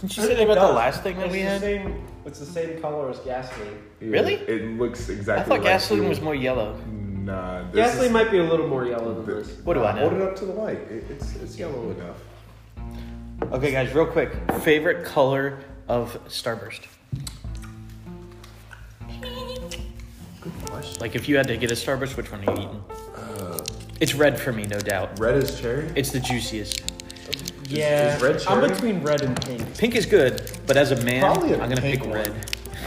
Did you say that about No, the last thing that it's we the had? same- It's the same color as gasoline. Yeah, Really? It looks exactly. I thought like gasoline fuel. was more yellow. Nah. This Gasoline is- might be a little more yellow than this- this. What do I Hold it know? up to the light. It, it's it's yellow enough. Okay, guys, real quick. Favorite color of Starburst? Good question. Like, if you had to get a Starburst, which one are you eating? Uh, It's red for me, no doubt. Red is cherry. It's the juiciest. Yeah, is red cherry? I'm between red and pink. Pink is good, but as a man, Probably a I'm gonna pink pick one. red.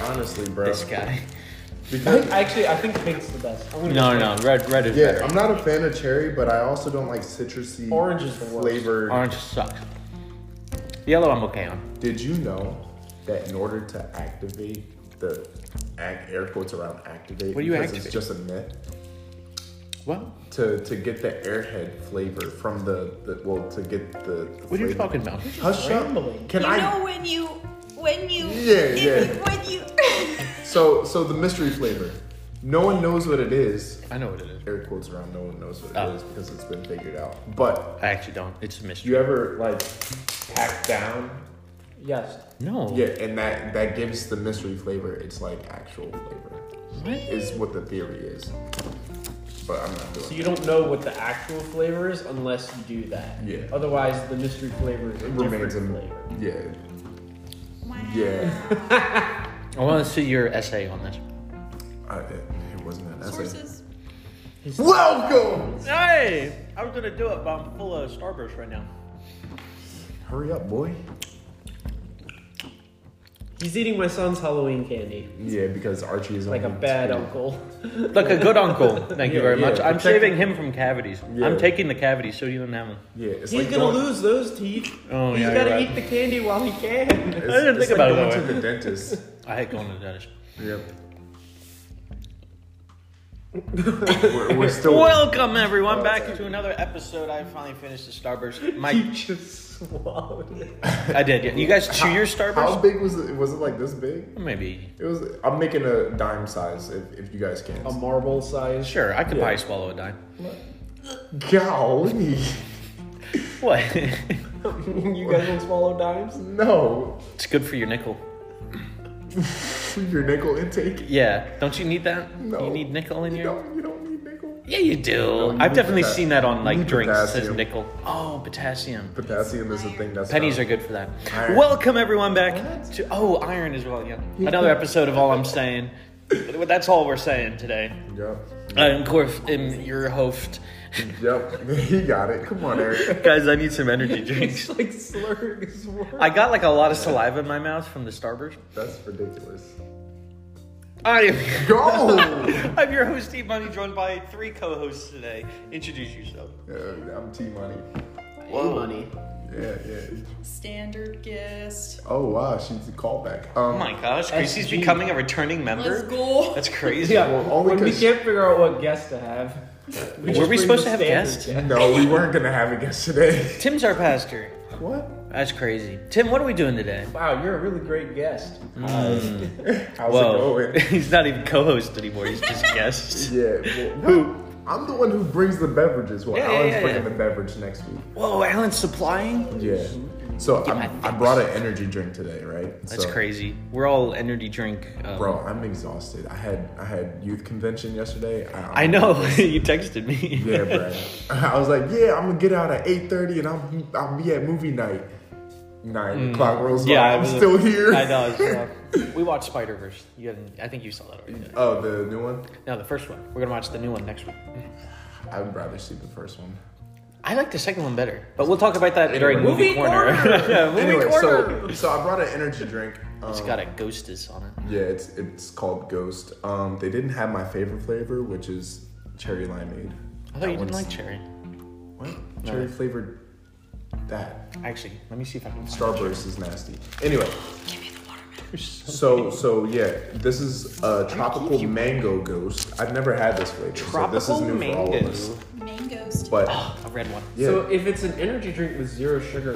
Honestly, bro. This guy. I Because- think, actually, I think pink's the best. I'm gonna No, go no, no. Red, red is yeah, better. I'm not a fan of cherry, but I also don't like citrusy Orange is the worst. flavor. Orange sucks. Yellow, I'm okay on. Did you know that in order to activate the act, air quotes around activate, What do you because activate? it's just a myth, Well, to, to get the airhead flavor from the, the well, to get the. the what are you flavor- talking about? Hush Rambling. up. Can you I? know when you when you Yeah, if yeah. you- when you So, so the mystery flavor. No one knows what it is. I know what it is. Air quotes around. No one knows what it Oh. is because it's been figured out. But I actually don't. It's a mystery. you ever like pack down? with- Yes. No. Yeah, and that that gives the mystery flavor. It's like actual flavor. Is what the theory is. But I'm not So doing. you don't know what the actual flavor is unless you do that. Yeah. Otherwise, the mystery flavor is a It different remains a flavor. yeah. Yeah. I want to see your essay on this. I, it, it wasn't an essay. sources. Welcome. Hey, I was gonna do it, but I'm full of Starburst right now. Hurry up, boy. He's eating my son's Halloween candy. Yeah, because Archie is Like a only bad two. uncle. Like a good uncle. Thank you Yeah, very yeah, much. I'm protect- saving him from cavities. Yeah. I'm taking the cavities, so you don't have them. Yeah, it's He's like gonna going- lose those teeth. Oh, He's yeah, gotta you're right. eat the candy while he can. It's, I didn't it's think about like it going that to the dentist. I hate going to the dentist. Yep. we're, we're still. Welcome everyone Oh, back sorry. to another episode. I finally finished the Starburst. he My, just swallowed it. I did. Yeah. You guys chew your how Starburst? big was it? Was it like this big? Maybe. It was. I'm making a dime size. If, if you guys can. A Um, marble size. Sure, I could Yeah. probably swallow a dime. Golly. What? you guys don't swallow dimes? No. it's good for your nickel. Your nickel intake. Yeah. Don't you need that? No. You need nickel in You your. don't. You don't need nickel. Yeah, you do. you I've need definitely potas- seen that on you like need drinks. It says potassium. nickel. Oh, potassium. Potassium is a thing that's. Pennies are good for that. Iron. Welcome everyone back to oh iron as well. Yeah, another episode of all I'm saying. But That's all we're saying today. Uh, Yep. I am Corf, am your host. Yep. he got it. Come on, Eric. Guys, I need some energy drinks. He's like slurring his words. I got like a lot of saliva in my mouth from the starburst. That's ridiculous. I am, Go. I'm your host Steve Money, joined by three co-hosts today. Introduce yourself. Yeah, I'm T Money. Oh. Whoa. money. Yeah, yeah. Standard guest. Oh wow, she's a callback. Oh Um, my gosh, Gracie's SG. becoming a returning Let's member. go. That's crazy. Yeah, Well, only when we 'cause- can't figure out what guest to have. we just Were we bring supposed the to have standard guests? guest. no, we weren't gonna have a guest today. Tim's our pastor. What? That's crazy. Tim, what are we doing today? Wow, you're a really great guest. Mm. Uh, How's Whoa, it going? he's not even co-host anymore. He's just guest. Yeah. Well, who? I'm the one who brings the beverages. Well, Yeah, yeah, Alan's yeah, bringing yeah. the beverage next week. Whoa, Alan's supplying. Yeah. So I'm, my I brought an energy drink today, right? That's So, crazy. We're all energy drink. Um, Bro, I'm exhausted. I had I had youth convention yesterday. I, I know you texted me. Yeah, bro. I was like, yeah, I'm gonna get out at 8:30 and I'll I'll be at movie night. Nine o'clock rolls by. Hmm. Yeah, I I'm was- still here. I know. it's rough. we watched Spider Verse. You hadn't, I think you saw that already. didn't you? Oh, the new one. No, the first one. We're gonna watch the new one next week. I would rather see the first one. I like the second one better, but we'll talk about that during Anyway. movie Movie corner. Yeah, movie anyway, corner. so so I brought an energy drink. Um, it's got a ghostess on it. yeah, it's it's called Ghost. Um, they didn't have my favorite flavor, which is cherry limeade. I That thought you didn't one's- like cherry. what cherry flavored. That Actually, let me see if I can. Find Starburst is nasty. Anyway, so so yeah, this is a tropical mango ghost. I've never had this flavor, so this is Tropical Oh, new for all of mango. us. Mangoes. But a red one. yeah, So if it's an energy drink with zero sugar,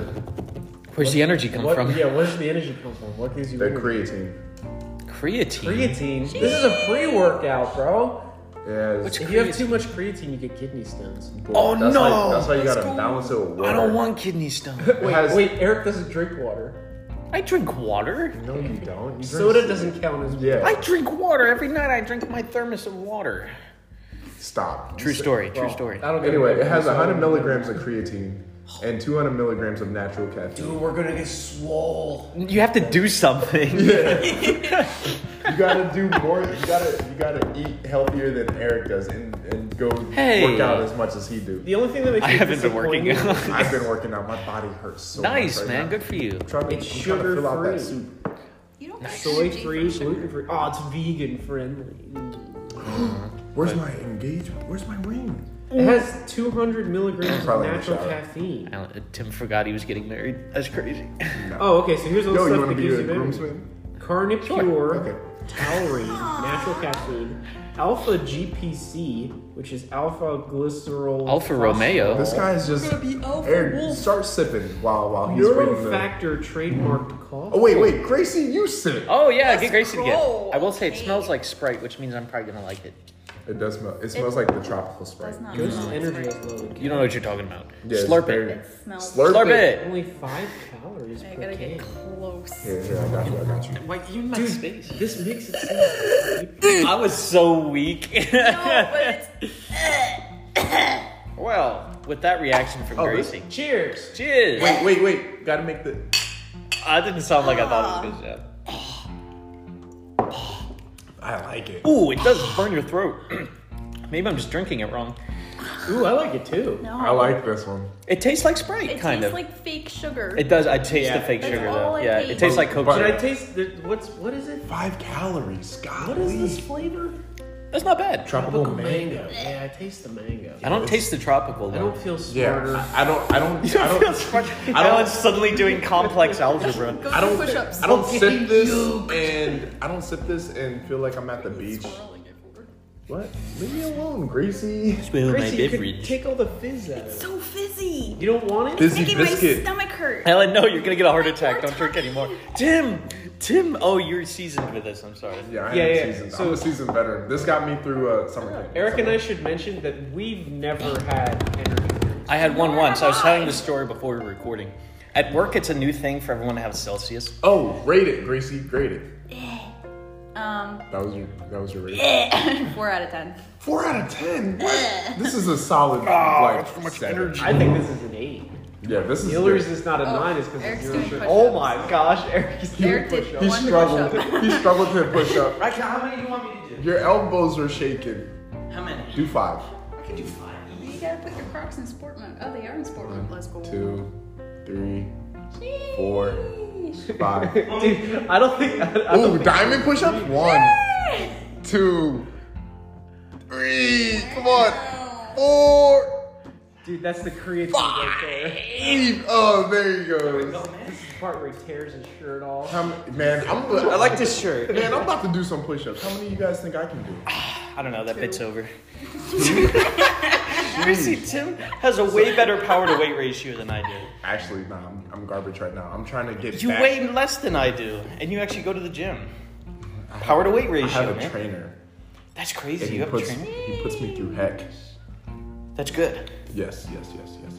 Where's the energy come what? from? Yeah, where does the energy come from? What gives you the energy? creatine. Creatine. creatine? This is a pre-workout, bro. Yeah, it's- What's- If you have too much creatine, you get kidney stones. Oh, that's no! How, that's how you gotta Let's go. balance it. With water. I don't want kidney stone. It has- Wait, Eric doesn't drink water. I drink water. No, you don't. You Soda drink- doesn't count as Yeah. I drink water every night. I drink my thermos of water. Stop. True story. True Well, story. I don't get Anyway, it has 100 milligrams of creatine and 200 milligrams of natural caffeine. Dude, we're gonna get swole. You have to do something. You gotta do more. You gotta you gotta eat healthier than Eric does and, and go Hey. work out as much as he do. The only thing that makes I me haven't been working out. disappointed I've been working out. My body hurts. So Nice, much right man. now. Good for you. I'm trying to, It's I'm trying to fill out sugar-free. that soup. You don't get Soy energy free, from sugar. gluten free. Oh, it's vegan friendly. Where's my engagement? Where's my ring? Mm. It has 200 milligrams of Probably in the natural shower. caffeine. Alan- uh, Tim forgot he was getting married. That's crazy. Oh, okay. So here's all the Yo, you stuff that wanna be gives a you energy: groomsman? Carnipure, Okay. taurine, natural caffeine, alpha GPC, which is alpha glycerol, Alfa Romeo. This guy is just Gonna be alpha Eric. wolf. Start sipping while while he's reading the. neurofactor trademarked cough. Oh wait, wait, Gracie, you sip. Oh yeah, Let's get Gracie to get. go. I will say it Hey. smells like Sprite, which means I'm probably gonna like it. It does smell. It smells like the tropical sprite. That's not Ghost normal. energy is low. in You don't know what you're talking about. Yeah, it's Slurp very- it. It smells. Slurp, Slurp it. it. Only five calories I per gotta can. get close. Here, here, I got you. I got you. Why you in my Dude, this makes it sound. I was so weak. No, but it's. well, with that reaction Oh, from Gracie. Cheers. Cheers. Wait, wait, wait. Gotta make the. I didn't sound like I thought it was gonna I like it. sound. Ooh, it does burn your throat. Maybe I'm just drinking it wrong. Ooh, I like it too. No. I like this one. It tastes like Sprite, It kind tastes of. like fake sugar. it does. I taste Yeah. the fake That's sugar all though. I Yeah, it taste. tastes like Coke. But- Did Zero. I taste the what's what is it? Five calories. God. What is this flavor? That's not bad. Tropical mango. mango. Yeah, I taste the mango. I don't taste the tropical I though. don't feel smarter. Yeah. I I don't. I don't. I feel don't. smart. I don't- Alan's suddenly doing complex algebra. Go I do don't. push thi- ups. I don't Fucking sip this yoked. and I don't sip this and feel like I'm at the beach. What? Leave me alone, Gracie. Spill Gracie, you could take all the fizz out of it. So fizzy. You don't want it? Fizzy Making my biscuit. stomach hurt. Helen, no, you're gonna get a heart attack. poor Don't drink tummy. anymore. Tim, Tim. Oh, you're seasoned with this. I'm sorry. Yeah, I Yeah, yeah, am a seasoned. so- I'm a seasoned veteran. This got me through uh, summer camp. Eric and I should mention that we've never had energy drinks. I had one Nor once. I was have telling I. this story before we were recording. At work, it's a new thing for everyone to have Celsius. Oh, rate it, Gracie. Grade it. Um, That was your. That was your rating. four out of ten. Four out of ten. What? this is a solid. like, so Ah, much energy. I think this is an eight. Yeah, this is. Miller's good. is not a Oh, nine, it's because Eric's it's zero doing sugar. push-ups. Oh my gosh, Eric's doing Eric did push one he push-up. struggled. he struggled to push up. Actually, how many do you want me to do? Your elbows are shaking. How many? Do five. I can do five. You gotta put your Crocs in sport mode. Oh, they are in sport mode. Let's go. Two, three, four, five. Dude, I don't think. I, I Ooh, don't think diamond push ups? One, two, three. Come on. Four, dude, that's the creatine right there. five. Oh, there you go. This is the part where he tears his shirt off. How many, man, I'm, I I like, like this shirt. man, I'm about to do some push ups. How many of you guys think I can do? I don't know. That bit's over. Seriously, Tim has a way better power to weight ratio than I do. Actually, nah, I'm, I'm garbage right now. I'm trying to get You back. weigh less than I do, and you actually go to the gym. Power to weight I ratio, have a man. trainer. That's crazy. And You he have a puts, trainer. he puts me through heck. That's good. Yes, yes, yes, yes.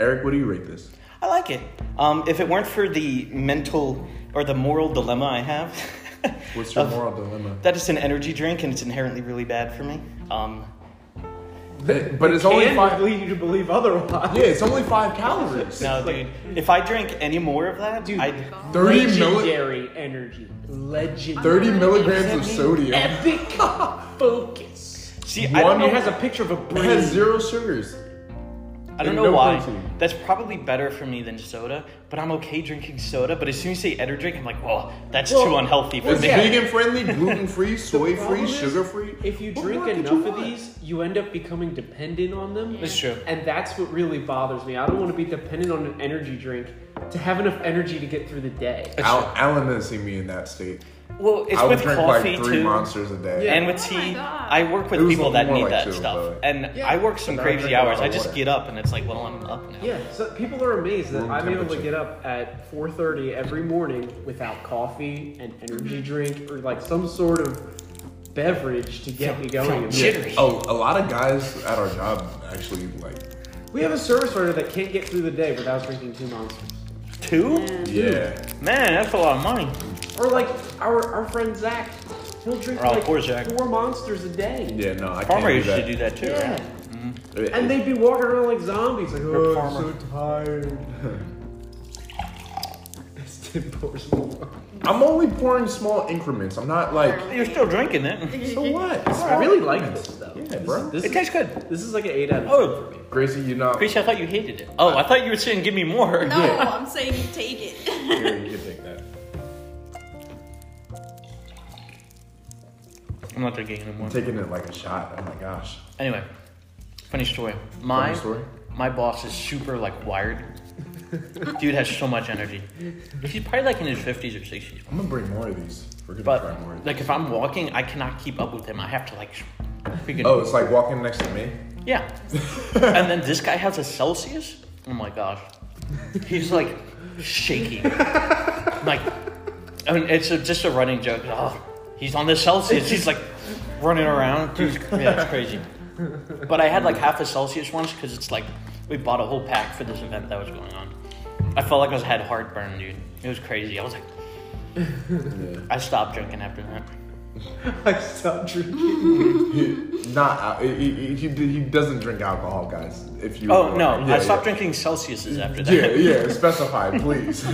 Eric, what do you rate this? I like it. Um, if it weren't for the mental or the moral dilemma I have, What's your of- moral dilemma? That it's an energy drink and it's inherently really bad for me. Um, but it's only Can five. lead you to believe otherwise. Yeah, it's only five calories. no, dude. If I drink any more of that, Dude. dude, I, Thirty milli- Legendary energy. Legendary. 30 milligrams of sodium. Epic focus. see. I don't One know. It has a picture of a It brain. has zero sugars. I don't and know no why. protein. That's probably better for me than soda. But I'm okay drinking soda. But as soon as you say energy drink, I'm like, whoa, that's Well, too unhealthy for It's me. yeah. vegan friendly, gluten free, soy free, problem is, sugar free. If you drink enough of these, you end up becoming dependent on them. That's true. And that's what really bothers me. I don't want to be dependent on an energy drink to have enough energy to get through the day. Al- Alan doesn't see me in that state. Well, it's I would with drink coffee like three too. monsters a day. And with Oh my tea, God. I work It with was people that more need like that two, stuff. but- And I work some But I crazy drink a lot hours. of I just water. get up and it's like, well, I'm up now. Yeah, so people are amazed that Room I'm able to temperature. get up at 4:30 every morning without coffee and energy drink or like some sort of beverage to get me going. Yeah. Jittery. Oh, a lot of guys at our job actually like. We have a service runner that can't get through the day without drinking two monsters. Two? Yeah. Man, that's a lot of money. Or like our, our friend Zach, he'll drink Oh, like poor Zach. four monsters a day. Yeah, no, I Farmer can't used do to that. do that too, Yeah. right? And they'd be walking around like zombies. Like, Uh, oh, I'm so farmer. tired. Tim pours more. I'm only pouring small increments. I'm not like. You're still drinking it. So what? I really like this though. Yeah, bro. This, It this, is, tastes good. this is like an eight out of Oh. ten for me. Gracie, you know. Gracie, I thought you hated it. Oh, I thought you were saying give me more. No, Yeah. I'm saying you take it. Here, you can take that. I'm not drinking anymore. I'm taking it like a shot. Oh my gosh. Anyway, funny story. My Funny story? my boss is super like wired. Dude has so much energy. He's probably like in his fifties or sixties. I'm gonna bring more of these. We're gonna try But more. Of these. like if I'm walking, I cannot keep up with him. I have to like freaking Oh, it's like walking next to me. yeah. and then this guy has a Celsius. Oh my gosh, he's like shaking. like, I mean, it's a, just a running joke. Oh, he's on the Celsius. He's like running around. Dude, yeah, it's crazy. But I had like half a Celsius once because it's like we bought a whole pack for this event that was going on. I felt like I was had heartburn, dude. It was crazy. I was like, I stopped drinking after that. I stopped drinking. Not al- he, he, he, he doesn't drink alcohol, guys. If you Oh no, Yeah, I stopped yeah. drinking Celsiuses after that. Yeah, yeah. Specify, please.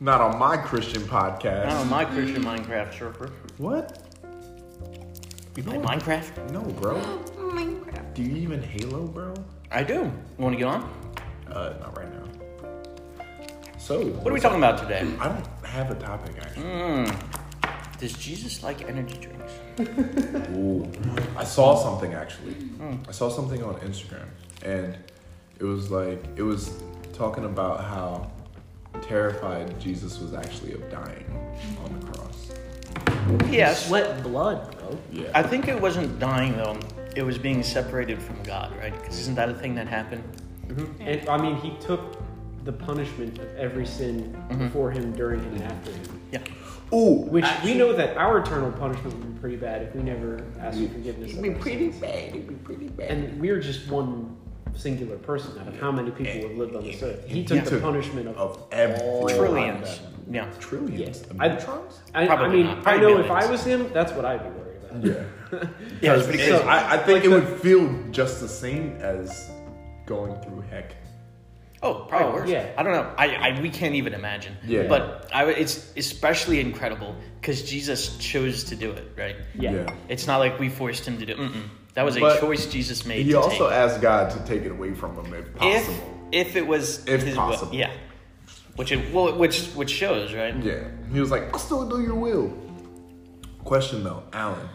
Not on my Christian podcast. Oh, my Christian Minecraft server. What? You play Minecraft? No, bro. Minecraft. Do you even Halo, bro? I do. You want to get on? Uh, not right now. So, What are we talking about today? I don't have a topic actually. Does Jesus like energy drinks? Mm. Ooh. I saw something actually. I saw something on Instagram, and it was like it was talking about how terrified Jesus was actually of dying on the cross. Yes. Sweat blood, bro. Yeah. I think it wasn't dying though. It was being separated from God, right? Because isn't that a thing that happened? And I mean, he took the punishment of every sin before him, during him, and after him. Yeah. Ooh. Which we know that our eternal punishment would be pretty bad if we never asked for forgiveness. It'd be pretty bad. It'd be pretty bad. And we're just one singular person out of how many people have lived on this earth. He took the punishment of. of every Trillions. Yeah. Trillions. I, I, I Probably mean, not. I Probably know if millions. I was him, that's what I'd be worried about. Yeah. Yeah, it's pretty So, crazy. I, I think Like it the- would feel just the same as going through heck. Oh, probably Oh, worse. yeah. I don't know. I, I we can't even imagine. Yeah. But I, it's especially incredible because Jesus chose to do it, right? Yeah. It's not like we forced him to do. Mm-mm. That was a But choice Jesus made. He to also take. asked God to take it away from him if possible. If, if it was If will. possible. yeah. Which it, well, which which shows right. Yeah. He was like, I'll still do your will. Question though, Alan.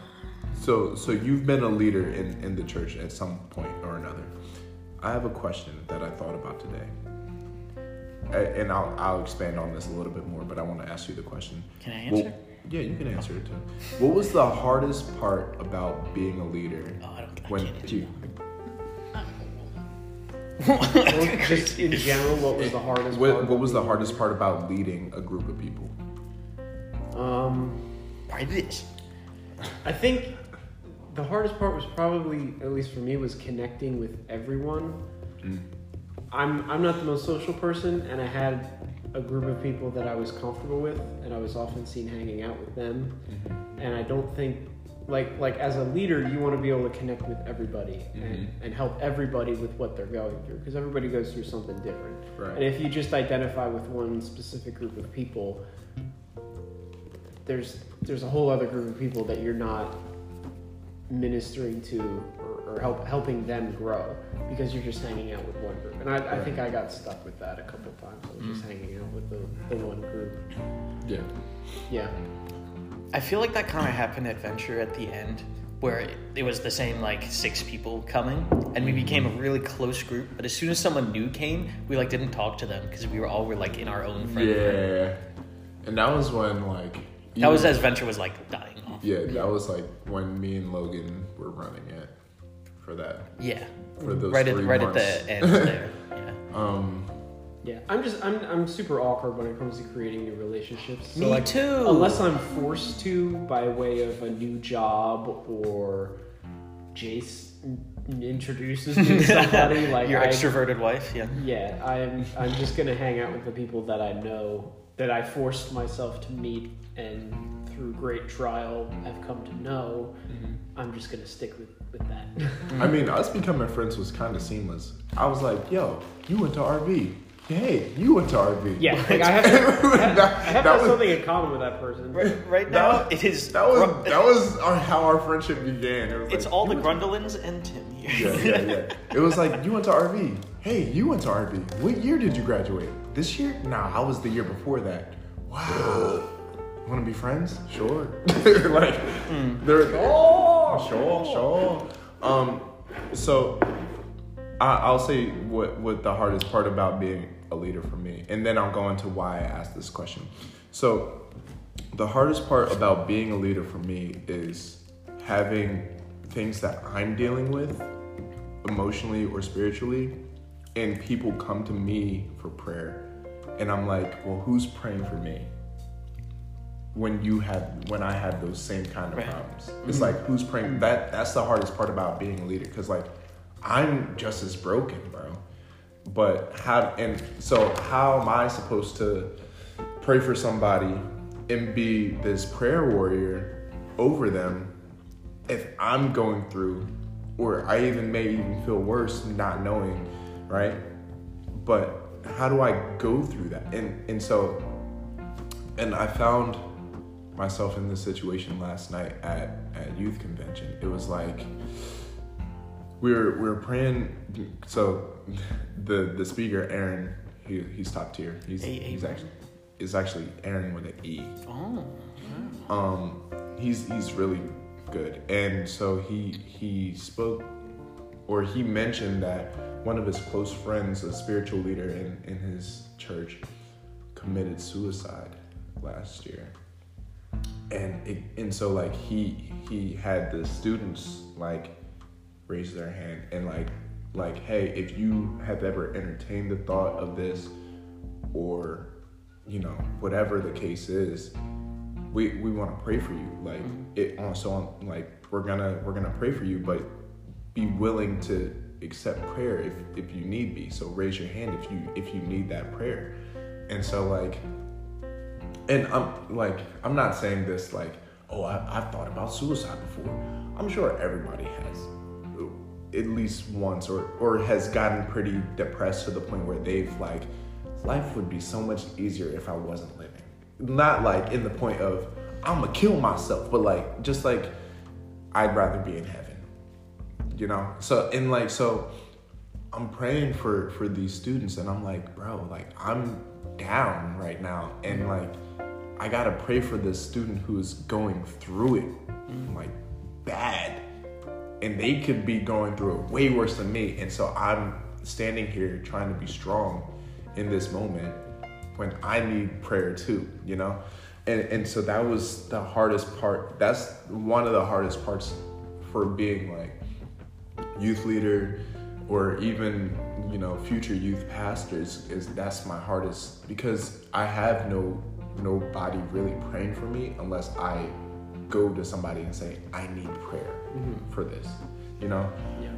So so you've been a leader in, in the church at some point or another. I have a question that I thought about today. A- And I'll, I'll expand on this a little bit more, but I want to ask you the question. Can I Well, answer? yeah, you can answer it too. What was the hardest part about being a leader? Oh, I don't- I when can't do you, Or just in general, what was the hardest what, part? what was the hardest part about leading a group of people? Um, Why this? I think the hardest part was probably, at least for me, was connecting with everyone. I'm I'm not the most social person, and I had a group of people that I was comfortable with, and I was often seen hanging out with them. And I don't think, like like as a leader, you want to be able to connect with everybody and, and help everybody with what they're going through, because everybody goes through something different. Right. And if you just identify with one specific group of people, there's there's a whole other group of people that you're not ministering to or, or help helping them grow because you're just hanging out with one group. And I, I think I got stuck with that a couple times. I was just hanging out with the, the one group. Yeah. Yeah. I feel like that kind of happened at Venture at the end, where it, it was the same like six people coming, and we became a really close group. But as soon as someone new came, we like didn't talk to them because we were all were like in our own friend group. Yeah. And that was when like That was you- as Venture was like dying off. Yeah, that was like when me and Logan were running it for that Yeah, for those right at three right months. at the end there. Yeah. Um, Yeah. I'm just I'm I'm super awkward when it comes to creating new relationships. So Me like, too. Unless I'm forced to by way of a new job or Jace introduces me to somebody like Your I, extroverted wife, yeah. yeah i'm i'm just gonna hang out with the people that i know that i forced myself to meet and through great trial have come to know i'm just gonna stick with with that I Mm-hmm. mean, us becoming friends was kind of seamless. I was like, yo, you went to RV. Hey, you went to RV. yeah like i have i have, That- I have that to have was- something in common with that person Right, right That now, was- it is. That was Gru- that was our, how our friendship began. It was it's like, all you the went to- Grundolins and Tim here. Yeah, yeah, yeah. It was like you went to RV. Hey, you went to RV. What year did you graduate? This year? Nah, I was the year before that. Wow. Want to be friends? Sure. like they're sure, sure, sure. Um, so I, I'll say what what the hardest part about being a leader for me, and then I'll go into why I asked this question. So the hardest part about being a leader for me is having things that I'm dealing with emotionally or spiritually, and people come to me for prayer, and I'm like, well, who's praying for me? When you have, when I have those same kind of Right. problems, it's like who's praying. That that's the hardest part about being a leader, because like I'm just as broken, bro. But how and so how am I supposed to pray for somebody and be this prayer warrior over them if I'm going through, or I even may even feel worse not knowing, right? But how do I go through that? And and so, and I found myself in this situation last night at at youth convention. It was like we were we were praying. So the the speaker Aaron, he, he's top tier. He's Hey, he's Aaron. actually is actually Aaron with an E Oh. um he's he's really good and so he he spoke or he mentioned that one of his close friends a spiritual leader in in his church committed suicide last year and it, and so like he he had the students like raise their hand and like like hey if you have ever entertained the thought of this or you know whatever the case is we we want to pray for you like it on so on like we're gonna we're gonna pray for you but be willing to accept prayer if if you need be so raise your hand if you if you need that prayer and so like and I'm like, I'm not saying this like, oh, I, I've thought about suicide before. I'm sure everybody has, at least once, or or has gotten pretty depressed to the point where they've like, life would be so much easier if I wasn't living. Not like in the point of I'm gonna kill myself, but like just like I'd rather be in heaven, you know. So and like so, I'm praying for for these students and I'm like, bro, like I'm down right now and like I got to pray for this student who's going through it like bad and they could be going through it way worse than me and so I'm standing here trying to be strong in this moment when I need prayer too, you know? And and so that was the hardest part. That's one of the hardest parts for being like youth leader or even you know future youth pastors is that's my hardest because i have no nobody really praying for me unless i go to somebody and say i need prayer for this you know Yeah.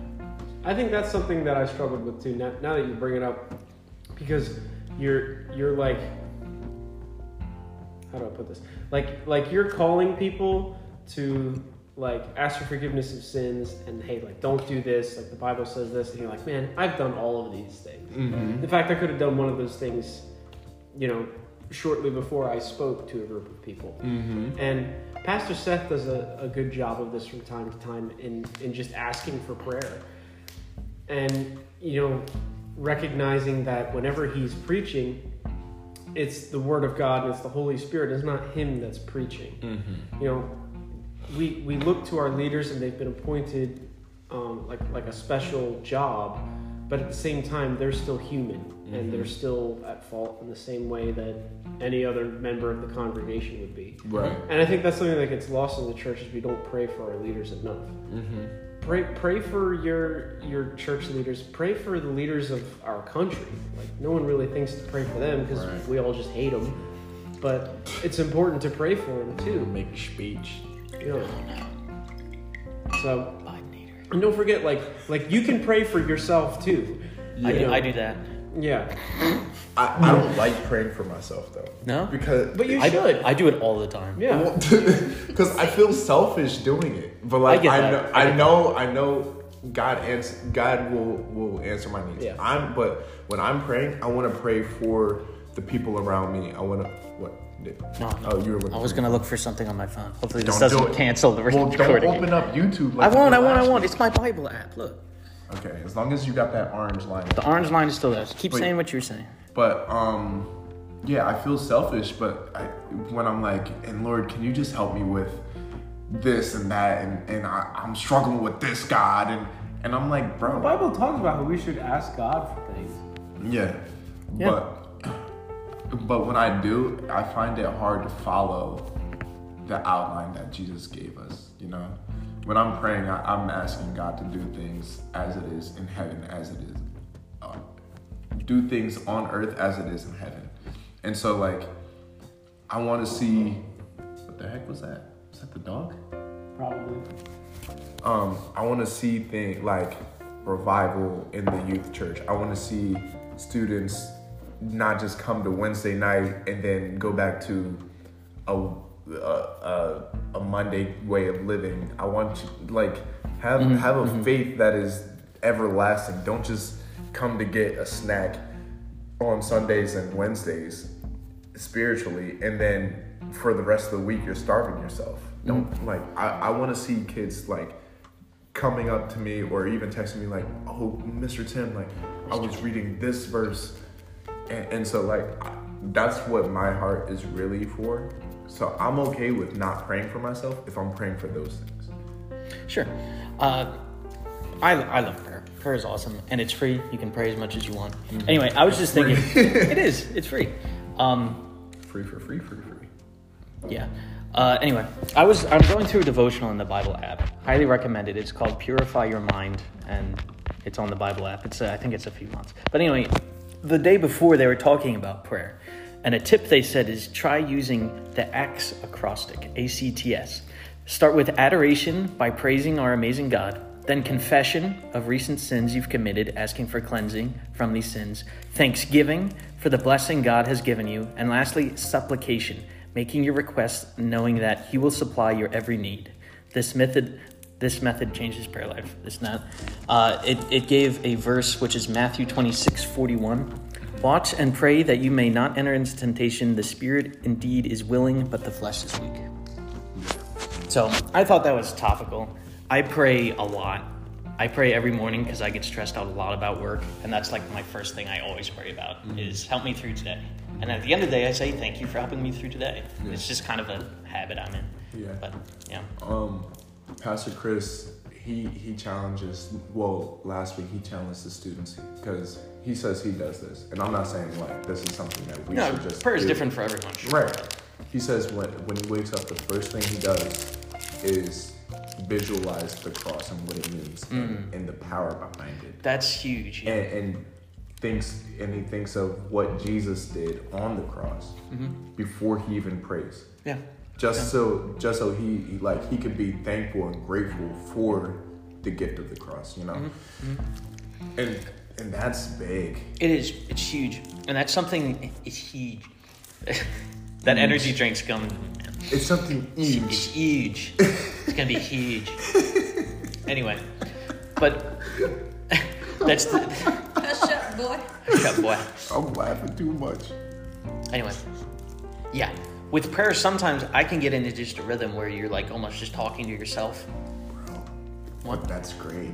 I think that's something that I struggled with too. Now, now that you bring it up, because you're you're like, how do I put this? Like like you're calling people to like ask for forgiveness of sins and hey like don't do this like the Bible says this and you're like man I've done all of these things. In fact, I could have done one of those things, you know, shortly before I spoke to a group of people. And Pastor Seth does a, a good job of this from time to time in, in just asking for prayer. And, you know, recognizing that whenever he's preaching, it's the Word of God and it's the Holy Spirit. It's not him that's preaching. You know, we, we look to our leaders and they've been appointed um, like, like a special job, but at the same time, they're still human and they're still at fault in the same way that any other member of the congregation would be. right And I think that's something that gets lost in the church is we don't pray for our leaders enough. Mm-hmm. Pray, pray for your your church leaders. Pray for the leaders of our country. Like no one really thinks to pray for them because Right. we all just hate them. But it's important to pray for them too. make a speech You know. So Biden hater. And don't forget, like, like you can pray for yourself too. I, You do, know? I do that. Yeah, I, I don't like praying for myself though. No? because but you I, should. I do it all the time. yeah. because I feel selfish doing it. But like I get I, that. know, I I get know, I know, God ans- God will will answer my needs. Yeah. I'm, but when I'm praying, I want to pray for the people around me. I want to what? No, Oh, you were. looking I was for- gonna look for something on my phone. Hopefully this Don't doesn't do it. cancel the Well, don't recording. open up YouTube. I Like won't. I you won't. I last won't. It's my Bible app. Look, week. Okay, as long as you got that orange line. the orange line is still there. Just keep Wait. saying what you're saying. But um, yeah, I feel selfish. But I, when I'm like, and Lord, can you just help me with this and that, and and I, I'm struggling with this, God, and and I'm like, bro, The Bible talks about how we should ask God for things. yeah, Yeah. but but when I do, I find it hard to follow the outline that Jesus gave us. You know, when I'm praying, I, I'm asking God to do things as it is in heaven, as it is, uh, do things on earth as it is in heaven. And so, like, I want to see what the heck was that? Is that the dog? Probably. um, I want to see things like revival in the youth church. I want to see students not just come to Wednesday night and then go back to a a, a, a Monday way of living. I want to like have have a faith that is everlasting. Don't just come to get a snack on Sundays and Wednesdays spiritually, and then for the rest of the week you're starving yourself. Don't like I, I want to see kids like coming up to me or even texting me like, "Oh, Mr. Tim, like I was reading this verse," and, and so like I- that's what my heart is really for. So I'm okay with not praying for myself if I'm praying for those things. Sure. Uh, I, I love prayer. Prayer is awesome, and it's free. You can pray as much as you want. Mm-hmm. Anyway, I was just thinking, it is. It's free. Um, Free for free, free free. yeah. Uh, anyway, I was I'm going through a devotional in the Bible app. Highly recommended. It's called Purify Your Mind, and it's on the Bible app. It's uh, I think it's a few months. But anyway, the day before they were talking about prayer, and a tip they said is try using the ACTS acrostic, A C T S. Start with adoration by praising our amazing God, then confession of recent sins you've committed, asking for cleansing from these sins, thanksgiving for the blessing God has given you, and lastly, supplication, making your request knowing that He will supply your every need. This method this method changes prayer life. It's not. Uh, it, it gave a verse which is Matthew 26 41. Watch and pray that you may not enter into temptation. The spirit indeed is willing, but the flesh is weak. So I thought that was topical. I pray a lot. I pray every morning because I get stressed out a lot about work, and that's like my first thing I always worry about is help me through today. And at the end of the day, I say thank you for helping me through today. It's just kind of a habit I'm in. Yeah. But yeah. Um, Pastor Chris, he he challenges. Well, last week he challenged the students because he says he does this, and I'm not saying like this is something that we No, should just. prayer is do. different for everyone. sure. Right. He says when when he wakes up, the first thing he does is visualize the cross and what it means and, and the power behind it That's huge. Mm. Yeah. and, and thinks and he thinks of what Jesus did on the cross before he even prays. Mm-hmm. Yeah. Just so just so he, he like he could be thankful and grateful for the gift of the cross, you know. Mm-hmm. And and that's big. It is. It's huge, and that's something. It's huge. that energy drink's coming. It's something It's huge. huge. it's gonna be huge. Anyway, but that's the Hush up, boy. yeah, boy. I'm laughing too much. Anyway, yeah. With prayer, sometimes I can get into just a rhythm where you're like almost just talking to yourself. Bro, What? That's great.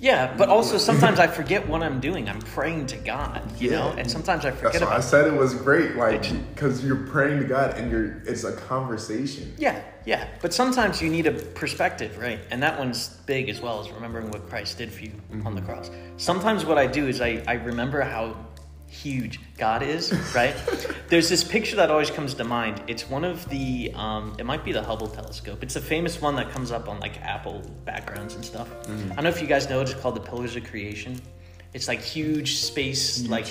Yeah, but also sometimes I forget what I'm doing. I'm praying to God, you Yeah. know, and sometimes I forget That's why about. I said it was great, like because you're praying to God and you're it's a conversation. Yeah, yeah. But sometimes you need a perspective, right? And that one's big as well as remembering what Christ did for you on the cross. Sometimes what I do is I, I remember how huge God is, right? There's this picture that always comes to mind. It's one of the, um, it might be the Hubble telescope. It's a famous one that comes up on like Apple backgrounds and stuff. I don't know if you guys know it. It's called the Pillars of Creation. It's like huge space, like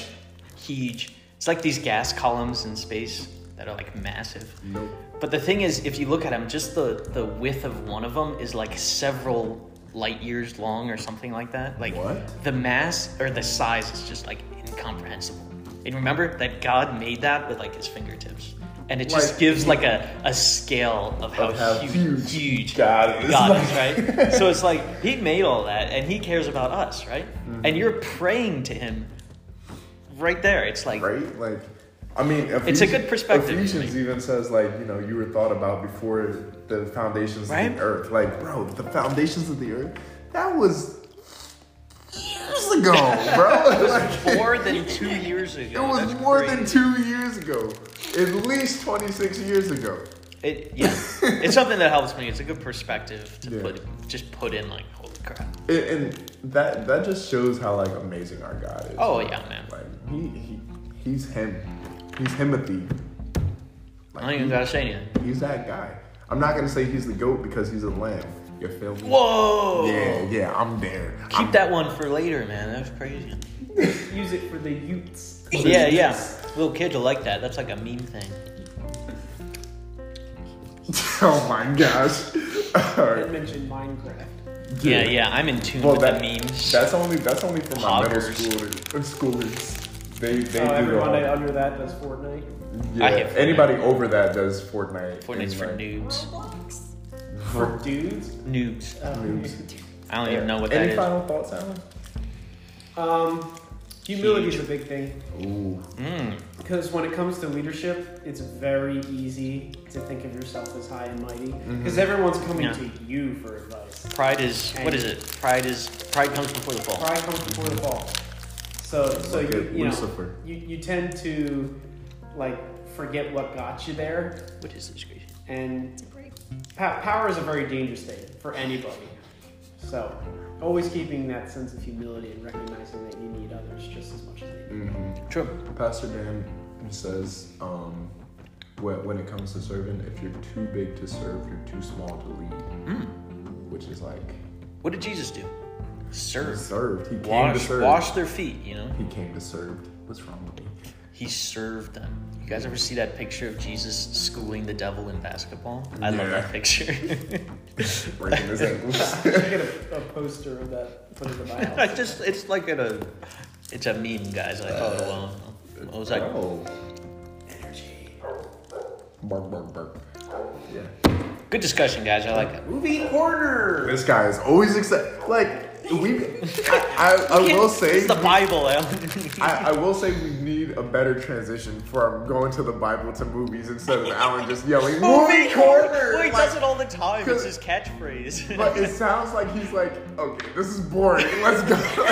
huge. It's like these gas columns in space that are like massive. Nope. But the thing is, if you look at them, just the, the width of one of them is like several light years long or something like that. Like What? the mass or the size is just like incomprehensible. And remember that God made that with like his fingertips. And it just Like- gives like a, a scale of how, Of how huge, huge huge God is. God is, right? so it's like he made all that and he cares about us, right? Mm-hmm. And you're praying to him right there. It's like right? Like, I mean, It's a Ephesians- good perspective, Ephesians like- even says like, you know, you were thought about before the foundations of Right? the earth. Like, bro, the foundations of the earth, that was years ago, bro. Like, more than two years ago. it was That's more crazy. than two years ago, at least twenty six years ago. It, yeah, it's something that helps me. It's a good perspective to Yeah. put, just put in like, holy crap. And, and that that just shows how like amazing our God is. Oh yeah, man. Like he, he he's him, he's Himothy. I don't even he- gotta say anything. He's that guy. I'm not gonna say he's the goat because he's a lamb. You feel me? Whoa! Yeah, yeah, I'm there. Keep that one for later, man. That was crazy. Use it for the Utes. yeah, yeah. Little kids will like that. That's like a meme thing. oh my gosh. I Alright, mentioned Minecraft. dude. Yeah, yeah. I'm in tune Well, with that, the memes. that's only that's only for my middle Hoggers. schoolers. uh, Schoolers. They they Oh, do every the Monday whole- under that does Fortnite. yeah. I hate Fortnite. Anybody over that does Fortnite. Fortnite's for and, like, noobs. Roblox. Oh. For dudes. Noobs. Um, Noobs. I don't even know what Any that is. final thoughts, Alan? um, humility is a big thing Ooh. Mm. because when it comes to leadership, it's very easy to think of yourself as high and mighty Mm-hmm. because everyone's coming Yeah. to you for advice. Pride is what is it? Pride is pride comes before the fall. Pride comes before the fall. So, so Mm-hmm. Like you, a you know, Lucifer. you, you tend to like forget what got you there, What is this? Gracie? and It's a break. Pa- power is a very dangerous thing for anybody. So, always keeping that sense of humility and recognizing that you need others just as much as they do. hmm True. Pastor Dan says, um, when, when it comes to serving, if you're too big to serve, you're too small to lead. Hmm. Which is like, What did Jesus do? he Serve. served. He came to Wash, serve. wash their feet. You know. He came to serve. What's wrong with me? He served them. You guys ever see that picture of Jesus schooling the devil in basketball? I love Yeah. that picture. Breaking his ankles. I got a, a poster of that put in the I house. just it's like in a it's a meme, guys. I thought alone. I was like, oh. Bark, bark, bark. Yeah. good discussion, guys. I like it. Movie corner. This guy is always excited. Like, we. I, I, I will say. it's the Bible. Al. I, I will say we need a better transition from going to the Bible to movies instead of Alan just yelling movie corner. Well, he Like, does it all the time. It's Cause- his catchphrase. But it sounds like he's like, okay, this is boring. Let's go.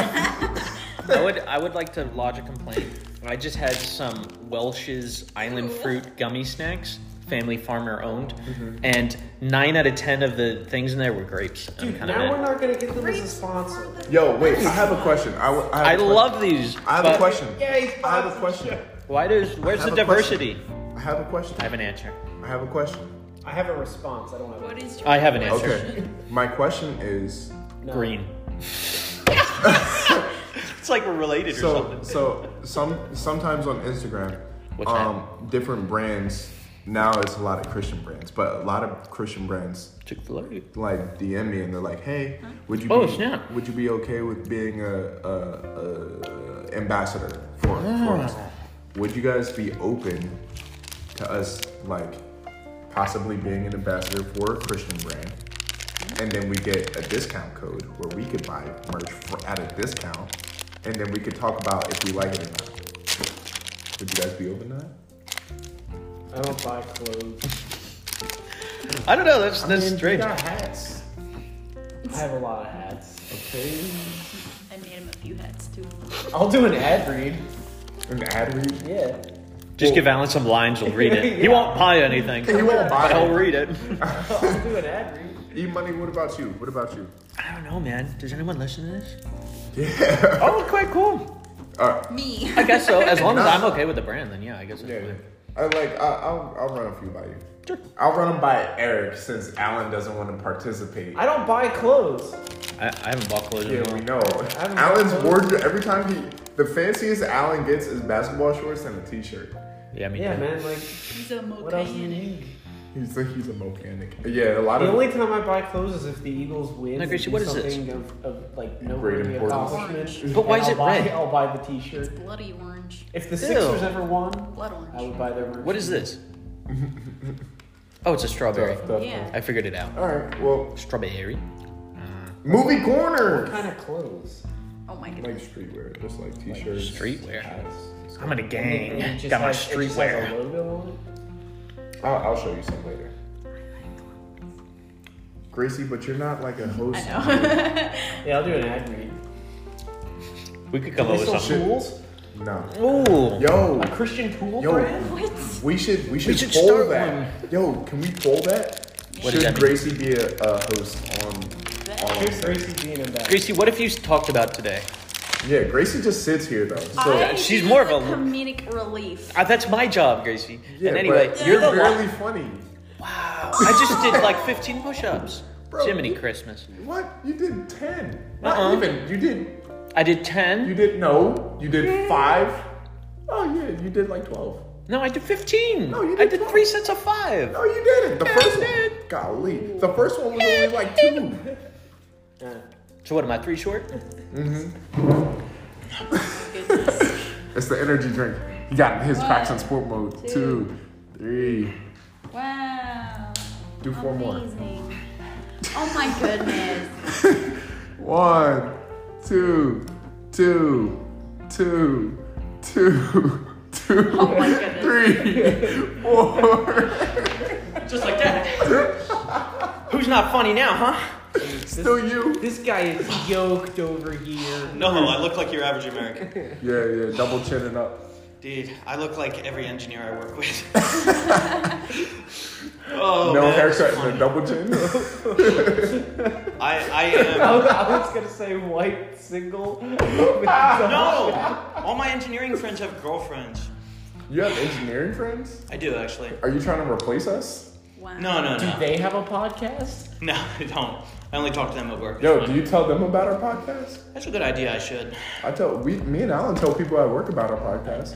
I would I would like to lodge a complaint. I just had some Welsh's Island Fruit gummy snacks, family farmer owned, Mm-hmm. and nine out of ten of the things in there were grapes. I'm Dude, kinda now mad. we're not gonna get them as a Grapes sponsor. are the Yo, wait. I have a question. I, w- I, have I a question. love these. I have a but question. Yay, I have a sponsorship. question. Why does I where's the have a question. diversity? I have a question. I have an answer. I have a question. I have a response. I don't have What is your I have an answer. Okay. My question is No. Green. it's like we're related or so something. so some sometimes on Instagram, What's um, different brands. Now it's a lot of Christian brands, but a lot of Christian brands Chick Fil A. like DM me and they're like, "Hey, would you Oh, be, snap. would you be okay with being a, a, a ambassador for, for Ah. us? Would you guys be open to us like possibly being an ambassador for a Christian brand?" And then we get a discount code where we could buy merch for, at a discount, and then we could talk about if we like it or not. Would you guys be open to that? I don't buy clothes. I don't know. That's that's mean, you strange. got hats. I have a lot of hats. Okay. I made him a few hats too. I'll do an ad read. An ad read. Yeah. Just give Alan some lines. He'll read it. He Yeah. won't buy anything. He won't buy But he'll it. read it. I'll do an ad read. E money. What about you? What about you? I don't know, man. Does anyone listen to this? Yeah. Oh, quite cool. All right. Me. I guess so. As long as I'm okay with the brand, then yeah, I guess. Yeah. Yeah. I like. I, I'll I'll run a few by you. Sure. I'll run them by Eric since Alan doesn't want to participate. I don't buy clothes. I, I haven't bought clothes in a yeah, we while. know. haven't- Alan's wardrobe. Every time he, the fanciest Alan gets is basketball shorts and a t-shirt. Yeah, me Yeah, too. man. Like, He's a what else do you mocha. need? He's like he's a mechanic. Yeah, a lot The of only time I buy clothes is if the Eagles win. No, Gracie, and what do is this? something Of, of like no Great worthy importance. accomplishment. But why and is I'll it buy- red? I'll buy the T-shirt. Bloody orange. If the Sixers Ew. ever won, Blood I orange. would buy their merch. What is this? Oh, it's a strawberry. stuff. Yeah. I figured it out. All right, well, Strawberry. movie What corner. kind of clothes? Oh my Like goodness. streetwear, just like t-shirts, streetwear. hats. I'm in a And it gang. just Got my has- it just has a streetwear. logo on it? I'll, I'll show you some later. Gracie, but you're not like a host. I know. Yeah, I'll do an ad read. We could come They up with Oh, sell something. tools? No. Ooh. Yo, A Christian tool Yo. brand? what? we should we should, should poll start that. Yo, can we poll that? What does should that mean? Gracie be a, a host on? on Here's Gracie being in that. Gracie, what have you talked about today? yeah, Gracie just sits here though. So I she's need more of a- comedic relief. Ah, that's my job, Gracie. yeah, and anyway, but you're the one. barely funny. I just did like 15 push-ups. Bro, Jiminy you- Christmas. What? You did 10 Uh-uh. Not even. You did. I did You 10. did no. You did five. Oh yeah, you did like twelve. No, I did 15. No, you I did did twelve. three sets of five. No, you didn't. The Yeah, first I one. did. Golly, the first one was only like two. Uh, So what am I three short? Goodness. It's the energy drink. He got his cracks in sport mode. Two, three, wow. do four Amazing. Oh my goodness. more. One, two, two, two, two, two, Oh my goodness. three, four. Just like that. Who's not funny now, huh? Still you. this guy is yoked over here. No, I look like your average American. Yeah, yeah. Double chin and up. Dude, I look like every engineer I work with. oh, no man, it's haircut and funny. a double chin. I, I I am. was, I was gonna say white single. with the- No! All my engineering friends have girlfriends. you have engineering friends? I do, actually. Are you trying to replace us? Wow. No, no, Do no. they have a podcast? No, I don't. I only talk to them at work. Yo, do you tell them about our podcast? That's a good idea, I should. I tell we, me and Alan tell people at work about our podcast.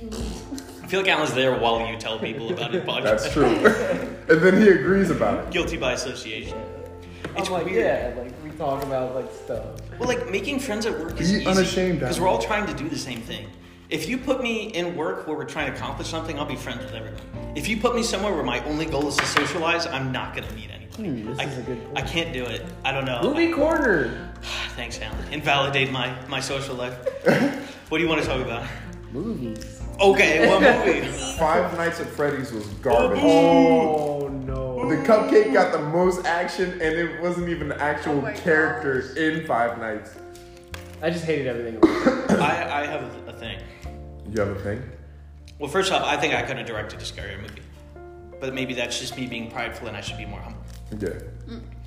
I feel like Alan's there while you tell people about it. podcast. That's true. and then he agrees about it. Guilty by association. It's I'm like, weird. yeah, like we talk about like stuff. Well, like making friends at work is Be easy unashamed, because Adam. we're all trying to do the same thing. If you put me in work where we're trying to accomplish something, I'll be friends with everyone. If you put me somewhere where my only goal is to socialize, I'm not gonna meet anybody. Hmm, this I, is a good point. I can't do it. I don't know. Ah, Movie corner. Thanks, Alan. Invalidate my my social life. what do you want to talk about? Movies. Okay, what movie? Five Nights at Freddy's was garbage. Oh no. The cupcake got the most action, and it wasn't even an Oh actual my character in Five Nights. I just hated everything. about it. I, I have a thing. You have a thing? Well, first off, I think I could have directed a scarier movie, but maybe that's just me being prideful, and I should be more humble. Yeah.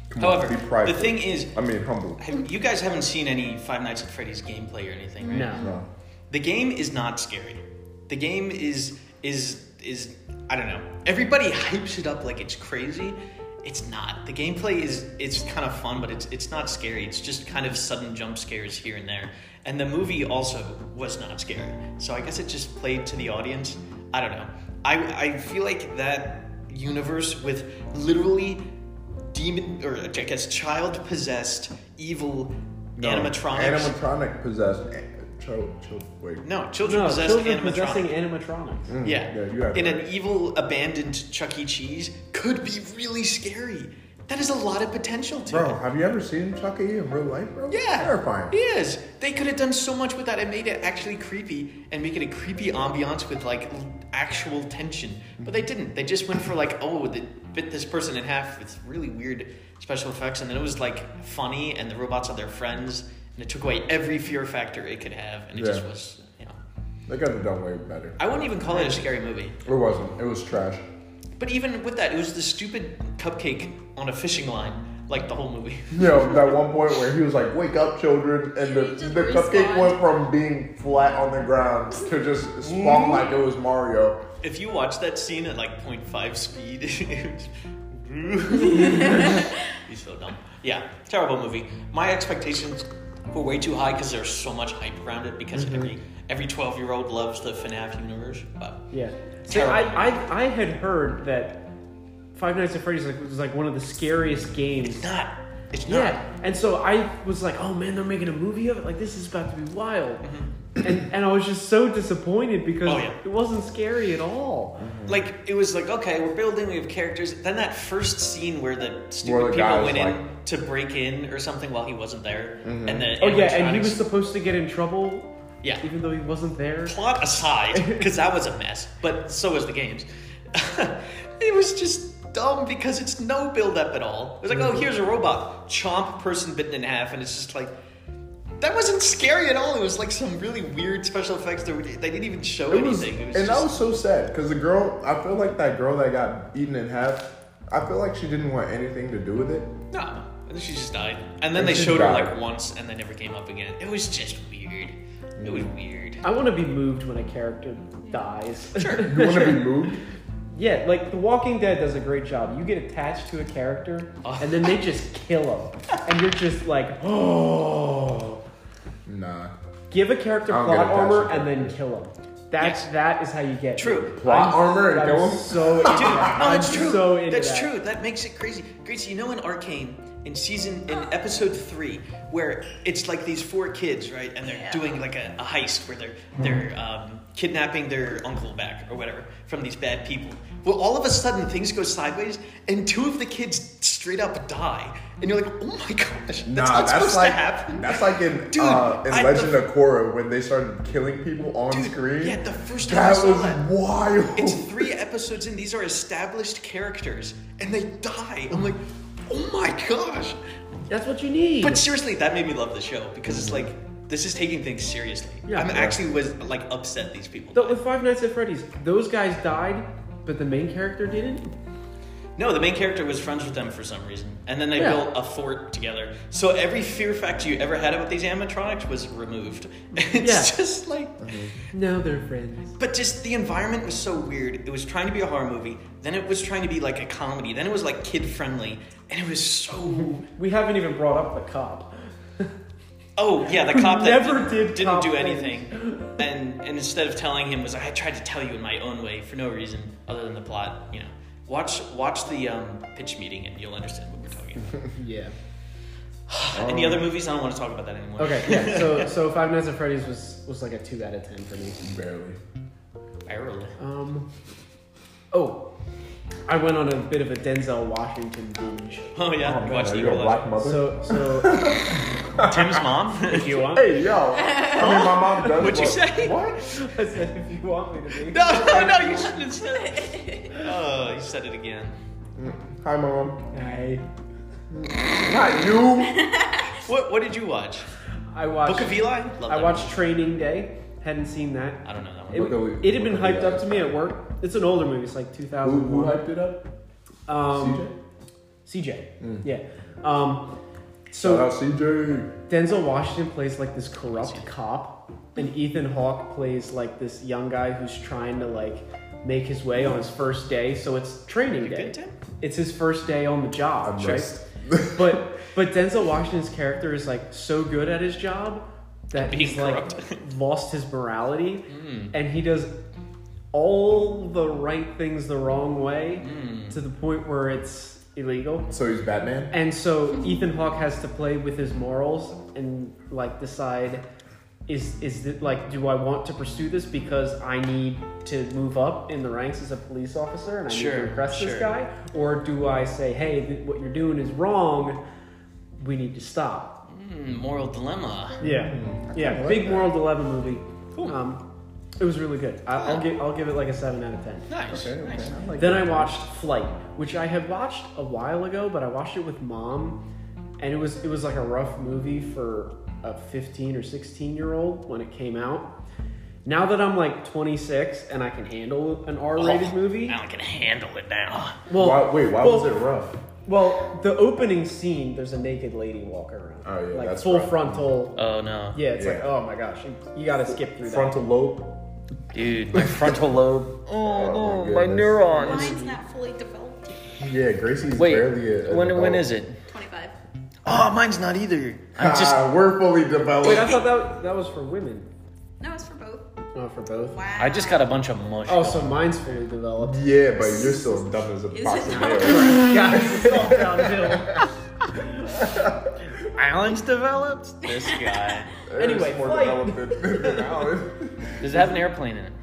Come However, on, be prideful. the thing is, I mean, humble. Have, you guys haven't seen any Five Nights at Freddy's gameplay or anything, right? No. No. The game is not scary. The game is is is I don't know. Everybody hypes it up like it's crazy. It's not. The gameplay is it's kind of fun, but it's it's not scary. It's just kind of sudden jump scares here and there. And the movie also was not scary. So I guess it just played to the audience. I don't know. I I feel like that universe with literally demon or I guess child possessed evil No. animatronics. Animatronic possessed. Cho, cho, wait. no, children No, possessed children animatronics. possessing animatronics. Mm, Yeah. Yeah, you have in it. an evil abandoned Chuck E. Cheese could be really scary. That is a lot of potential to Bro, have you ever seen Chuck E. in real life, bro? it. Yeah. Terrifying. Yes. They could have done so much with that and made it actually creepy and make it a creepy ambiance with like l- actual tension. But they didn't. They just went for like, oh, they bit this person in half with really weird special effects and then it was like funny and the robots are their friends and it took away every fear factor it could have and it Yeah. just was you know. They could have done way better. I wouldn't even call it a scary movie. It wasn't. It was trash. But even with that, it was the stupid cupcake on a fishing line, like the whole movie. You know, that one point where he was like, "Wake up, children," and the, He just the cupcake respawned. went from being flat on the ground to just Mm-hmm. spawn like it was Mario. If you watch that scene at like 0.5 speed, it's- he's so dumb. Yeah, terrible movie. My expectations were way too high because there's so much hype around it. Because Mm-hmm. every every 12 year old loves the FNAF universe, but Yeah. See, I, I I had heard that Five Nights at Freddy's like, was like one of the scariest games. Not. It's not. Yeah, and so I was like, "Oh man, they're making a movie of it! Like this is about to be wild," and and I was just so disappointed because Mm-hmm. Oh, yeah. Mm-hmm. it wasn't scary at all. Like it was like okay, we're building, we have characters. Then that first scene where the stupid Where the guy people was went in like- to break in or something while he wasn't there, and the Oh yeah, and he animatronics- was supposed to get in trouble, yeah. even though he wasn't there. Plot aside, because that was a mess, but so was the games. it was just dumb because it's no build up at all. It's like Mm-hmm. oh here's a robot chomp person bitten in half, and it's just like. That wasn't scary at all. It was like some really weird special effects that were, they didn't even show It was, anything. It was and just- that was so sad because the girl, I feel like that girl that got eaten in half, I feel like she didn't want anything to do with it. No, and she just died. And then And they she showed her died. like once, and they never came up again. It was just weird. It was weird. I want to be moved when a character dies. You want to be moved? yeah, like The Walking Dead does a great job. You get attached to a character, and then they just kill them, and you're just like, oh. Nah. Give a character I don't get plot attached armor to and then characters. kill him. That's that is how you get True. it. Plot armor and I'm kill 'em? So into Dude, no, that. I'm that's true. So into that's that. true. That makes it crazy. Gracie, you know in Arcane, in season, in episode three, where it's like these four kids, right, and they're Yeah. doing like a, a heist where they're they're um, kidnapping their uncle back or whatever from these bad people. Well, all of a sudden things go sideways, and two of the kids straight up die, and you're like, oh my gosh, that's Nah, not that's, supposed like to happen. that's like in Dude, uh, in I- the- Legend of Korra when they started killing people on Dude, screen. yeah, the first time I that saw was that. wild. It's three episodes in. These are established characters, and they die. I'm like, oh my gosh. That's what you need. But seriously, that made me love the show because it's like this is taking things seriously. Yeah. I'm actually was like upset these people. Though with Five Nights at Freddy's, those guys died, but the main character didn't. No, the main character was friends with them for some reason, and then they Yeah. built a fort together. So every fear factor you ever had about these animatronics was removed. It's Yeah. Mm-hmm. just like. No, they're friends. But just the environment was so weird. It was trying to be a horror movie, then it was trying to be like a comedy, then it was like kid friendly, and it was so. We haven't even brought up the cop. Oh yeah, the cop that Never did didn't cop do things. anything, and and instead of telling him was like, I tried to tell you in my own way for no reason other than the plot. You know, watch watch the um, pitch meeting and you'll understand what we're talking about. Yeah. Any other movies? I don't want to talk about that anymore. Okay. Yeah. So so Five Nights at Freddy's was was like a two out of ten for me. barely. Barrel. Um. Oh, I went on a bit of a Denzel Washington binge. Oh yeah, you watch Are the you a black mother? So so Tim's mom. if you want, hey yo. I mean, my mom does. What'd you what- say? What? I said if you want me to be. no, no, no! You shouldn't have said. It. Oh, you said it again. Hi, mom. I Not you. What what did you watch? I watched. Book of Eli. Love I that watched movie. Training Day. Hadn't seen that. I don't know that one. It, Book of- it had been Book of hyped Eli. up to me at work. It's an older movie. It's like who, who 2001. hyped it up? Um, CJ. CJ. Yeah. Um, so Shout out CJ. Denzel Washington plays like this corrupt cop, and Ethan Hawke plays like this young guy who's trying to like make his way on his first day. So it's training day. good, Tim? It's his first day on the job, I'm right? just- but but Denzel Washington's character is like so good at his job that Being he's like corrupt. Hmm. lost his morality, and he does all the right things the wrong way Hmm. to the point where it's illegal. So he's Batman. And so Ethan Hawke has to play with his morals and like decide is is it like do I want to pursue this because I need to move up in the ranks as a police officer and I need Sure, to impress sure. this guy or do I say hey th- what you're doing is wrong we need to stop Hmm, moral dilemma. yeah yeah Hmm. like big that. moral dilemma movie Cool. um it was really good I, I'll give I'll give it like a seven out of ten Nice. Okay, okay. nice. I like then that. I watched Flight, which I had watched a while ago, but I watched it with mom, and it was it was like a rough movie for a 15 or 16 year old when it came out. Now that I'm like 26 and I can handle an R-rated movie, Now I can handle it now. well, why, Oh. wait, why well, was it rough? Well, the opening scene, there's a naked lady walking around, Oh, yeah, like that's full rough. frontal. Oh no. yeah, it's like Yeah. oh my gosh, you, you got to skip through Frontal lobe. Dude, my frontal lobe. Oh, no, Oh, my my goodness. neurons. Mine's not fully developed. yet. Yeah, Gracie's Wait, barely a. a when when adult. is it? 25. Oh, mine's not either. I'm just Ah, we're fully that. Wait, I developed. thought that that was for women. No, it's for both. Oh, for both. Wow. I just got a bunch of mush. Oh, so mine's fully developed. Yeah, but you're still as dumb as a Is box it of not? nails. Guys, it's all downhill. Alan's developed. This guy. Anyway, It's more flight. developed than, than Alan. Does it have an airplane in it?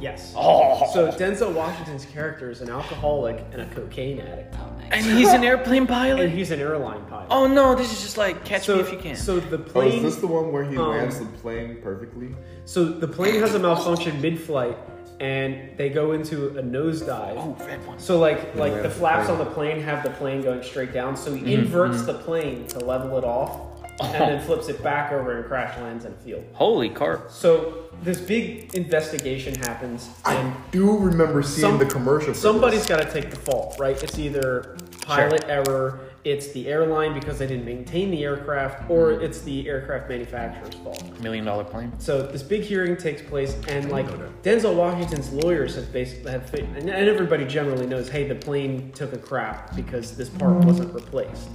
Yes. Oh. So Denzel Washington's character is an alcoholic and a cocaine addict, Oh, nice. and he's an airplane and pilot. he's an airline pilot. Oh no! This is just like catch so, me if you can. So the Oh, plane. is this the one where he Um, lands the plane perfectly? So the plane has a malfunction mid-flight, and they go into a nosedive. oh, red one. So like like yeah, the the flaps plane. Mm-hmm, on the plane have the plane going straight down, so he inverts the plane to level it off, and then flips it back over and crash lands in a field. Holy carp! So this big investigation happens, and do remember seeing some- the commercial. for Somebody's this. got to take the fault, right? It's either pilot error, it's the airline because they didn't maintain the aircraft, or Mm-hmm. it's the aircraft manufacturer's fault. Million dollar plane. So this big hearing takes place, and like know that. Denzel Washington's lawyers have basically have, fi- and, and everybody generally knows, hey, the plane took a crap because this part wasn't replaced.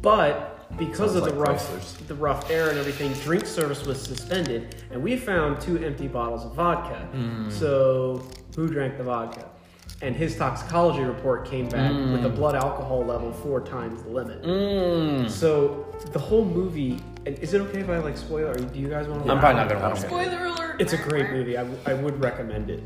But because Sounds of the like rough, Chrysler's. the rough air and everything, drink service was suspended, and we found two empty bottles of vodka. Mm. So who drank the vodka? And his toxicology report came back with a blood alcohol level four times the limit. Hmm. Mm. So the whole movie, and is it okay if I like spoil? Or do you guys want to? I'm probably not gonna watch it. Spoiler alert. It's a great movie. I, I would recommend it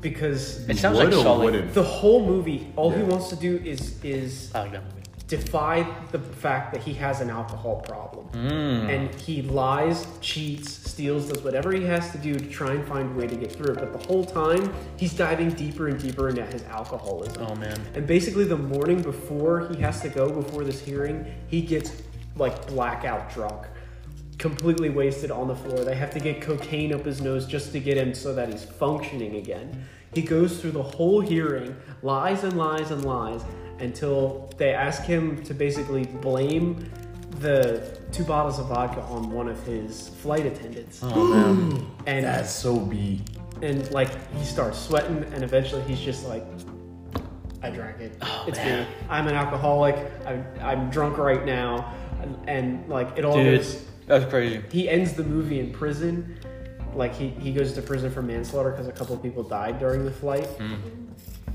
because It sounds Would like or solid. wouldn't? the whole movie, all he Yeah. wants to do is is I like that movie. defy the fact that he has an alcohol problem, Mm. and he lies, cheats, steals, does whatever he has to do to try and find a way to get through it. But the whole time, he's diving deeper and deeper into his alcoholism. Oh man. And basically, the morning before he has to go before this hearing, he gets like blackout drunk, completely wasted on the floor. They have to get cocaine up his nose just to get him so that he's functioning again. He goes through the whole hearing, lies and lies and lies, until they ask him to basically blame the two bottles of vodka on one of his flight attendants. and That's so be. and like he starts sweating and eventually he's just like i drank it Oh, it's me i'm an alcoholic i'm, I'm drunk right now and, and like it all Dude, goes that's crazy. he ends the movie in prison like he, he goes to prison for manslaughter because a couple people died during the flight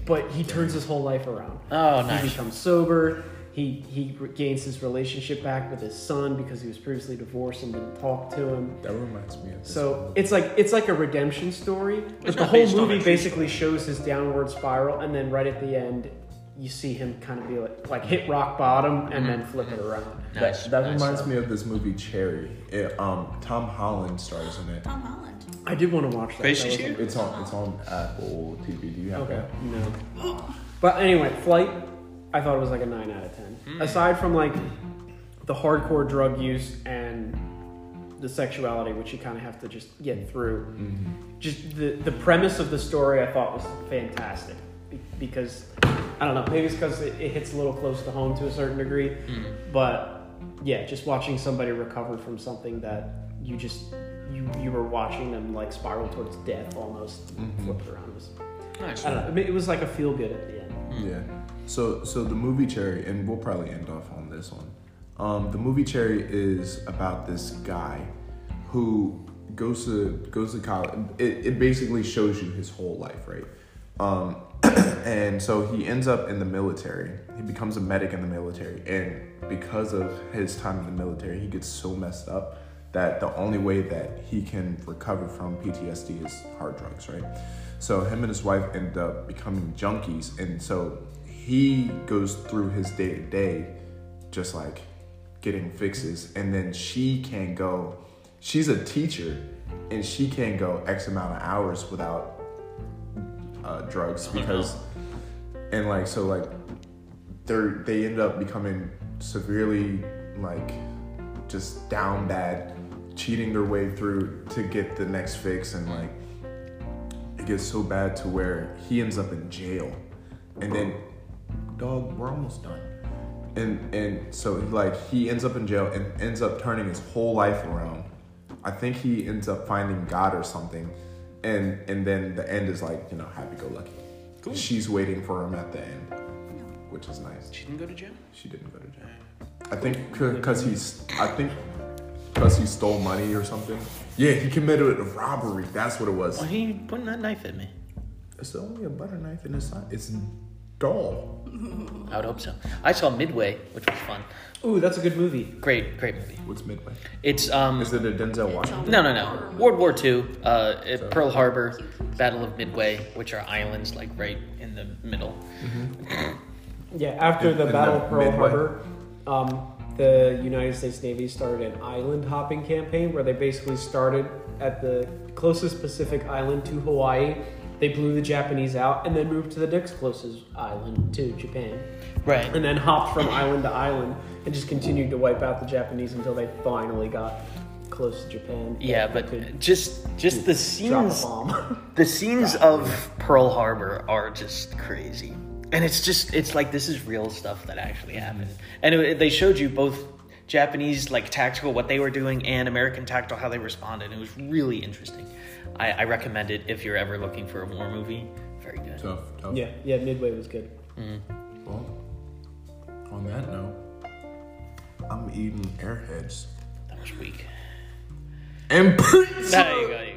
but he turns his whole life around Hmm. Oh, he nice. becomes sober. He he gains his relationship back with his son because he was previously divorced and didn't talk to him. That reminds me of this. So it's like it's like a redemption story, but It's the not whole based on a movie true basically shows his downward spiral, and then right at the end, you see him kind of be like, like hit rock bottom and then Mm-hmm. flip it around. Nice. that reminds me of this movie Cherry. It, um, Tom Holland stars in it. Tom Holland. I did want to watch that. Face That was issue? It's on. It's on Apple TV. Do you a- have Okay, that? no. But anyway, Flight, I thought it was like a nine out of ten. Aside from like the hardcore drug use and the sexuality, which you kind of have to just get through. Just the the premise of the story, I thought was fantastic Be- because I don't know, maybe it's because it, it hits a little close to home to a certain degree, but yeah, just watching somebody recover from something that you just you you were watching them like spiral towards death almost, flip it around. It was, Nice. I don't know, I mean, it was like a feel good at the end. Hmm. Yeah. So so the movie Cherry, and we'll probably end off on this one. Um, the movie Cherry is about this guy who goes to goes to college. It, it basically shows you his whole life, right? Um, and so he ends up in the military. He becomes a medic in the military, and because of his time in the military, he gets so messed up that the only way that he can recover from PTSD is hard drugs, right? So him and his wife end up becoming junkies, and so he goes through his day to day, just like getting fixes, and then she can go. She's a teacher, and she can go X amount of hours without uh, drugs because, and like so like they're they end up becoming severely like just down bad, cheating their way through to get the next fix, and like it gets so bad to where he ends up in jail, and then dog, we're almost done. And and so like he ends up in jail and ends up turning his whole life around. I think he ends up finding God or something, and and then the end is like you know happy go lucky. She's waiting for him at the end, which is nice. She didn't go to jail. She didn't go to jail. I think because he's. I think because he stole money or something? Yeah, he committed a robbery. That's what it was. Why are you putting that knife at me? It's only a butter knife in his side. It's dull. I would hope so. I saw Midway, which was fun. Ooh, that's a good movie. Great, great movie. What's midway? It's um Is it a Denzel Washington? no no no World War II, uh, at Pearl Harbor, Battle of Midway, which are islands like right in the middle. Yeah, after In- the in Battle the of Pearl Midway. Harbor, um, the United States Navy started an island hopping campaign where they basically started at the closest Pacific island to Hawaii. They blew the Japanese out and then moved to the next closest island to Japan. Right. And then hopped from island to island and just continued to wipe out the Japanese until they finally got close to Japan. Yeah, Could but just just the drop a scenes bomb. the scenes of Pearl Harbor are just crazy, and it's just it's like this is real stuff that actually Mm-hmm. happened, and it, they showed you both Japanese like tactical what they were doing and American tactical how they responded. It was really interesting. I, I recommend it if you're ever looking for a war movie. Very good. Tough, tough. yeah, yeah, Midway was good. Well, on that note, I'm eating airheads. That was weak. And pizza! There you go.